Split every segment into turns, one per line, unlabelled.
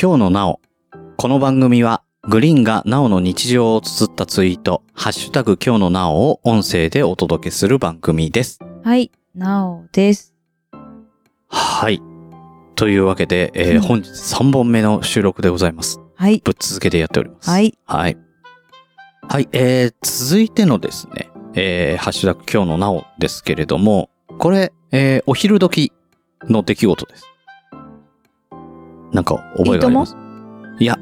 今日のなお。この番組は、グリーンがなおの日常を綴ったツイート、ハッシュタグ今日のなおを音声でお届けする番組です。
はい、なおです。
はい。というわけで、えー
うん
本日3本目の収録でございます。
はい、
ぶっ続けてやっております。
はい、
はい。はい、えー、続いてのですね、えー、ハッシュタグ今日のなおですけれども、これ、えー、お昼時の出来事です。なんか、覚えがありますいや、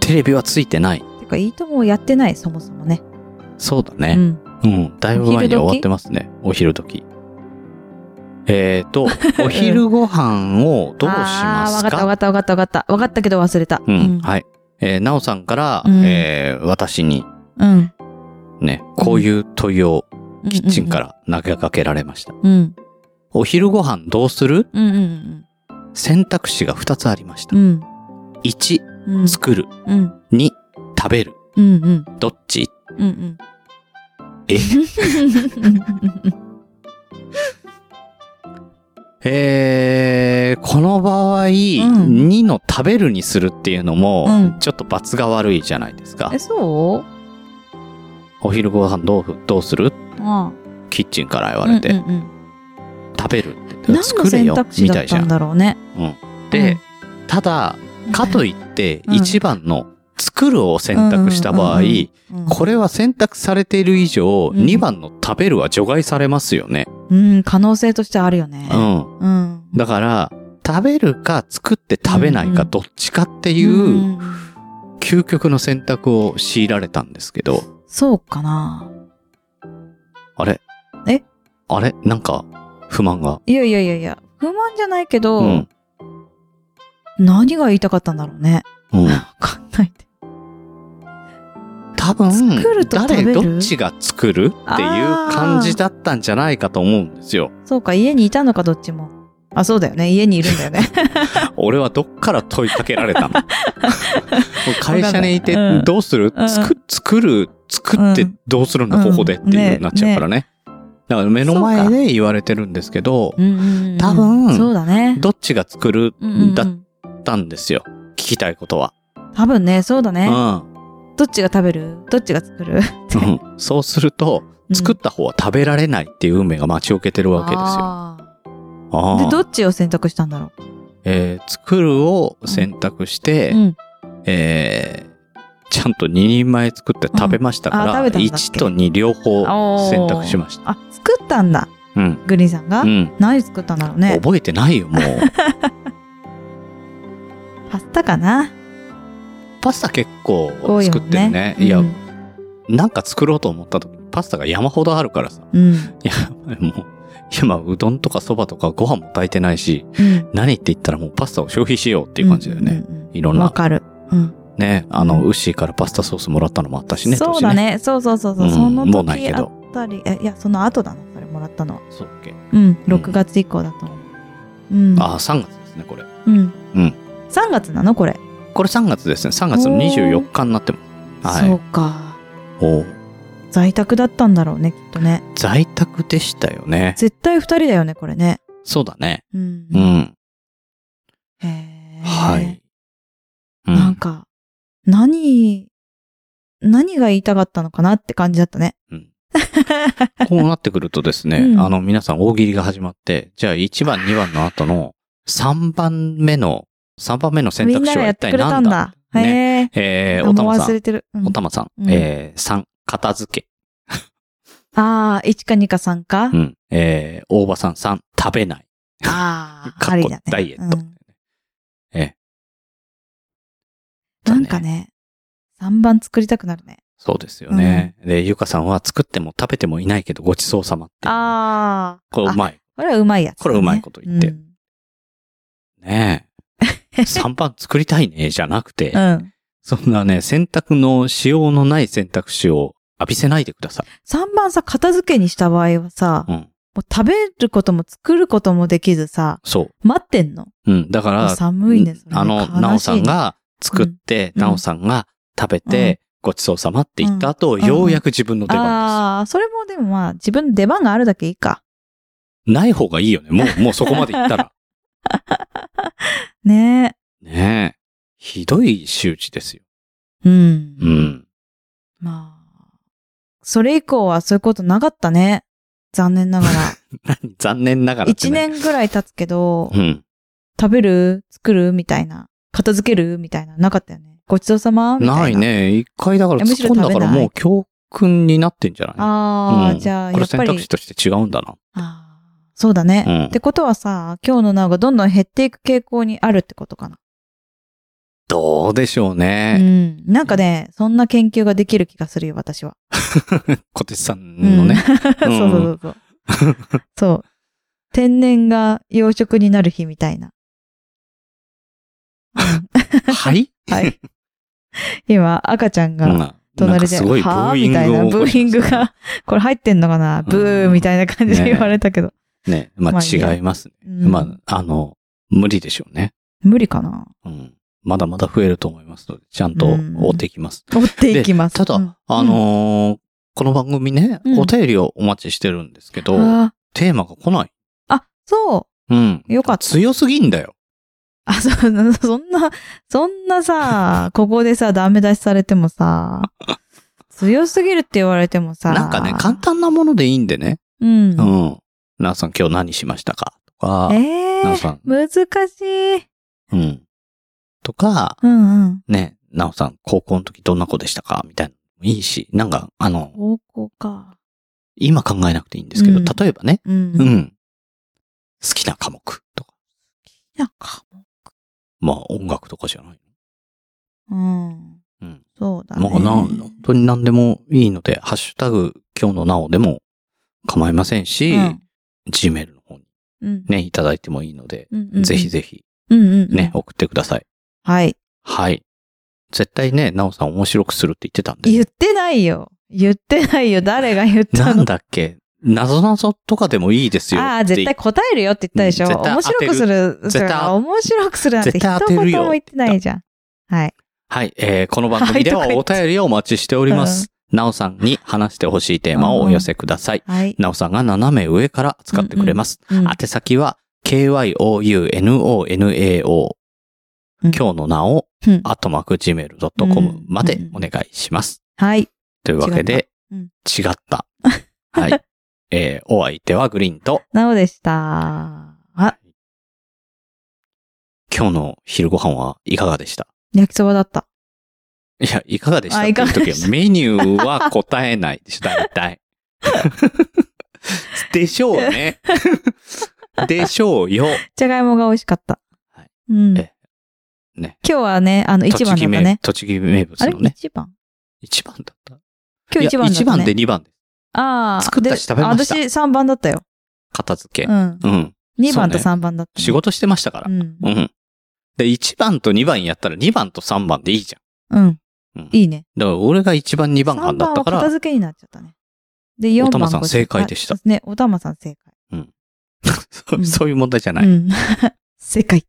テレビはついてない。
てか、いいともやってない、そもそもね。
そうだ
う
ね。
ん。
うん、だいぶ前に終
お昼時
わってますね。お昼時。え ーと、お昼ご飯をどうしま
あー
す
わかったわか
か
ったわかったわかった。わかったけど忘れた。
う
うん
ん、。はい。えー、なおさんから、
うん
えー、私に
うん。。
ね、こういう問いをキッチンからら投げかけられました。
うん。
お昼ご飯どうする
うんうん
選択肢が2つありました
うん。う。ん。
1、
うん。
作る。
うん。
2、食べる。
うんうん。
どっち
うんうん。
ええー、この場合、
ん
2の食べるにするっていうのも、
うん
ちょっと罰が悪いじゃないですか
え、。そう
お昼ご飯どうふどうする
あ
キッチンから言
あ。
われて、
うんうんうん
食べるって言
何
って。
の
作れ
選
よ
択、肢
み
だ
た
っ
いじ
た
ゃ
ん
ん。
だろうね。
で、ただ、かとい
い
って、
うん
1番の作るを選択した場合、
うんうんうんうん、
これは選択されている以上、
うん
2番の食べるは除外されますよね。
うん、可能性としてあるよね。
うん。
うん。
だから、食べるか作って食べない
うんう
か
ん
どっちかって
て
いう究極の選択を強いられたんですけど、
そうかな。
あれ
え
あれなんか不満が。
いやいやいやいや、不満じゃないけど、
うん。
何が言いたかったんだろうね。
うん。
わかんないって。
多分、
作ると食べ
誰
る
どっちが作るっていう感じだったんじゃないかと思うんですよ。
そうか、家にいたのか、どっちも。あ、そうだよね。家にいるんだよね。
俺はどっから問いかけられたの もう会社にいて
うん
どうする、
うん
作作る作ってどうするんだ、
うん
ここでっていう
ね
になっちゃうからね。だから目の前で言われてるんですけど、
うんうんうん
多分
そうだね。
どっちが作る
うんうんうん
んだったんですよ。聞きたいことは。
多分ね、そうだ
う
ね。
ん
どっちが食べるどっちが作る
うん。そうすると、
うん
作った方は食べられないっていう運命が待ち受けてるわけですよ。
あー
あ
で、
あ
どっちを選択したんだろ
えー作るを選択して、
う。うん。
えーちゃんと2人前作って食べましたか
うんあ
ら、
食べたんだっけ
1と2両方選択しました。
あ、作ったんだ。
うん。
グリーンさんが。
うん。
何作ったんだろうね。
覚えてないよ、 もう。
パスタかな
パスタ結構
多いよ
作
ね。
ってるね。いや、
うん。
なんか作ろうと思った時、パスタが山ほどあるからさ。
うん。
いや、もう、今、うどんとかそばとかご飯も炊いてないし、
うん
何って言ったらもうパスタを消費しようっていう感じだよね。
うんうんうん。
いろんな
わかる。うん。
ね、あの、ウッシーからパスタソースもらったのもあったしね、
そうだね。そうそうそうそう。
うん
その
もうないけ
時あ
ど
ったり、え、いや、その後だな、それもらったのは。
当時ね。そうだっけ。
うん、6月以降だと思う。うん。
ああ、3月ですね、これ。
うん。
うん
3月なのこれ。
これ3月ですね。3月の24日になってます。
そ
は
う
い。
か。
おう
在宅だったんだろうね、きっとね。
在宅でしたよね。
絶対2人だよね、これね。
そうだね。
うん。
うん。
へー
はい。。う
なん
ん。
か、何、何が言いたかったのかなって感じだったね。
こうなってくるとですね、
うん
あの、皆さん大喜利が始まって、じゃあ1番、2番の後の3番目の、3番目の選
みん
択
な
肢
が
は
や
一
っ
体
てくれた
何
ん
だ
だ。
ね。
へえ。
えー、
あ
おた
もう
まさ
忘
ん
れ。てる。うん
おたまさん。
うん
えー、3、片付け。
ああ、1か2か3か。
うん。えー、大場さん3、食べない。
あ あ、
か
あ
っ
り
こ
だね。
ダイエット
うん。
えー
なんかね、3番作りたくなるね。
そうですよね。で、ゆかさんは作っても食べてもいないけどごちそうさまって。
ああ。
これう
あ
まい。
これはうまいやつ、ね。
これうまいこと言って
うん。
ねえ。3番作りたいね、じゃなくて、
うん。
そんなね、選択のしようのない選択肢を浴びせないでください。
3番さ、片付けにした場合はさ、
う
も
ん。
う食べることも作ることもできずさ、
そ
待ってんの。
う。うん。だから、
寒いね、それね
あの、なおさん、が作って、
うん
なおさんが食べて、ごちそうさまって言った後、
ん
ようやく自分の
悲し
出
いね
番で
ああ、それもでもまあ、自分の出番があるだけいいか。
す。ない方 がいいよね。もう、もうそこまで行ったら。
ね
ねえ。どい仕打ちですよ。
うん。
うん。
まあ、それ以降はそういうことなかったね。残念 ながら。
残念ながらって
一
ね。
年ぐらい経つけど、
うん。
食べる作るみたいな。片付けるみたいな。なかったよね。ごちそうさまみたいな。
ない。ね。一回だから
いやむし
突っ
ろ
込んだから
食べない
もう教訓になってんじゃない
ああ、
うん
じゃあ、
これ
やっぱ
選択
り
肢。として違うんだな。
あーそうだね、
うん
ってことはさ、今日のなおがどんどん減っていく傾向にあるってことかな。
どうでしょう
う
ね。
ん。なんかね、そんな研究ができる気がするよ、私は。
小手さん
うん
のね。
そうそうそうそう。そう。天然が養殖になる日みたいな。
はい
はい。 今、赤ちゃんが
なん
隣
か、
です
ごいブ
は
ー
あ
イ
みたいな、
ング
ブ
を起こしましたね
ーイン グが、これ入ってんのかなブー
うん
みたいな感じで
ね
言われたけど。
ね。ま
まあいいや
あ違いますね。
うん
まあ、あの、無理でしょうね。
無理かな
うん。まだまだ増えると思いますので、ちゃんと追っていきます。
追っていきます。
ただ、
うん
あのーこの番組ね、
うん
お便りをお待ちしてるんですけど、
あ
テーマが来ない。
ーあ、そう。
うん。
よかった
強すぎんだよ。
あ、そう、 そんな、そんなさ、ここでさ、ダメ出しされてもさ、強すぎるって言われてもさ、
なんかね、簡単なものでいいんでね。
うん。
うん。なあさん今日何しましたかとか、
え
なお
え
さん、
難しい。
うん。とか、
うんうん。
ね、なおさん高校の時どんな子でしたかみたいなのもいいし、なんか、あの、
高校か。
今考えなくていいんですけど、
うん
例えばね、
うん。
う
い
ん。好きな科目とか、
やかも。
まあ音楽とかじゃない。
うん。
うん。
そうだね。
まあな、本当に何でもいいので、ハッシュタグ今日のなおでも構いませんし、
うん。
Gmail の方に
うん。
ね、いただいてもいいので、
うんうん。
ぜひぜひ
うんうんうん。
ね、送ってください。
はい。
はい。絶対ね、なおさん面白くするって言ってたんで。
言ってないよ。言ってないよ。誰が言った
なん
の
だっけ謎謎とかでもいいですよって。
ああ、絶対答えるよって言ったでしょ。
うん絶対
面白くする。
絶対
面白くするなんて
絶
一
対当てるよ
言も言ってないじゃん。はい。
はい、えーこの番組では
はい
お
とか言って
便りをお待ちしております。なおさんに話してほしいテーマをお寄せください。
はい。
なおさんが斜め上から使ってくれます。
うん
宛先は、kyounonao、
うん
今日のなお、
うん
アットマーク gmail.com までお願いします。
はい。
というわけで、
違
違った。はい。 えーお相手はグリーンと、
なおでした。あ、
今日の昼ご飯はいかがでした
焼きそばだった。
いや、いかがでした
あ
っていう
いかが
時
でし
は
た
メニューは答えないでしょ、大体。 でしょう ね。でしょうよ。
じゃがいもが美味しかった。
はい
うん。
えね
今日はね、あの、一番だ
栃木
った
名
ね。
栃木名物
あれ
のね。
一番
一番だった。
今日一番
いや
だった、ね。
一番で二番です。
ああ。
作ったし食べました
であ私三番だったよ。
片付け
う。ん
う。ん。
二番と
そう
三番だったね、
仕事してましたから
う。ん。
うん。で、1番と2番やったら2番と3番でいいじ
うん。
ゃん。うん。
いいね。
だから俺が1番2番
三
半だったか
は片
ら、
付けになっちゃったね。で、四番
おたまさん
五番
正解でした
あそうすね。おたまさん正解。
そうそういう問題じゃない。
うん。正解。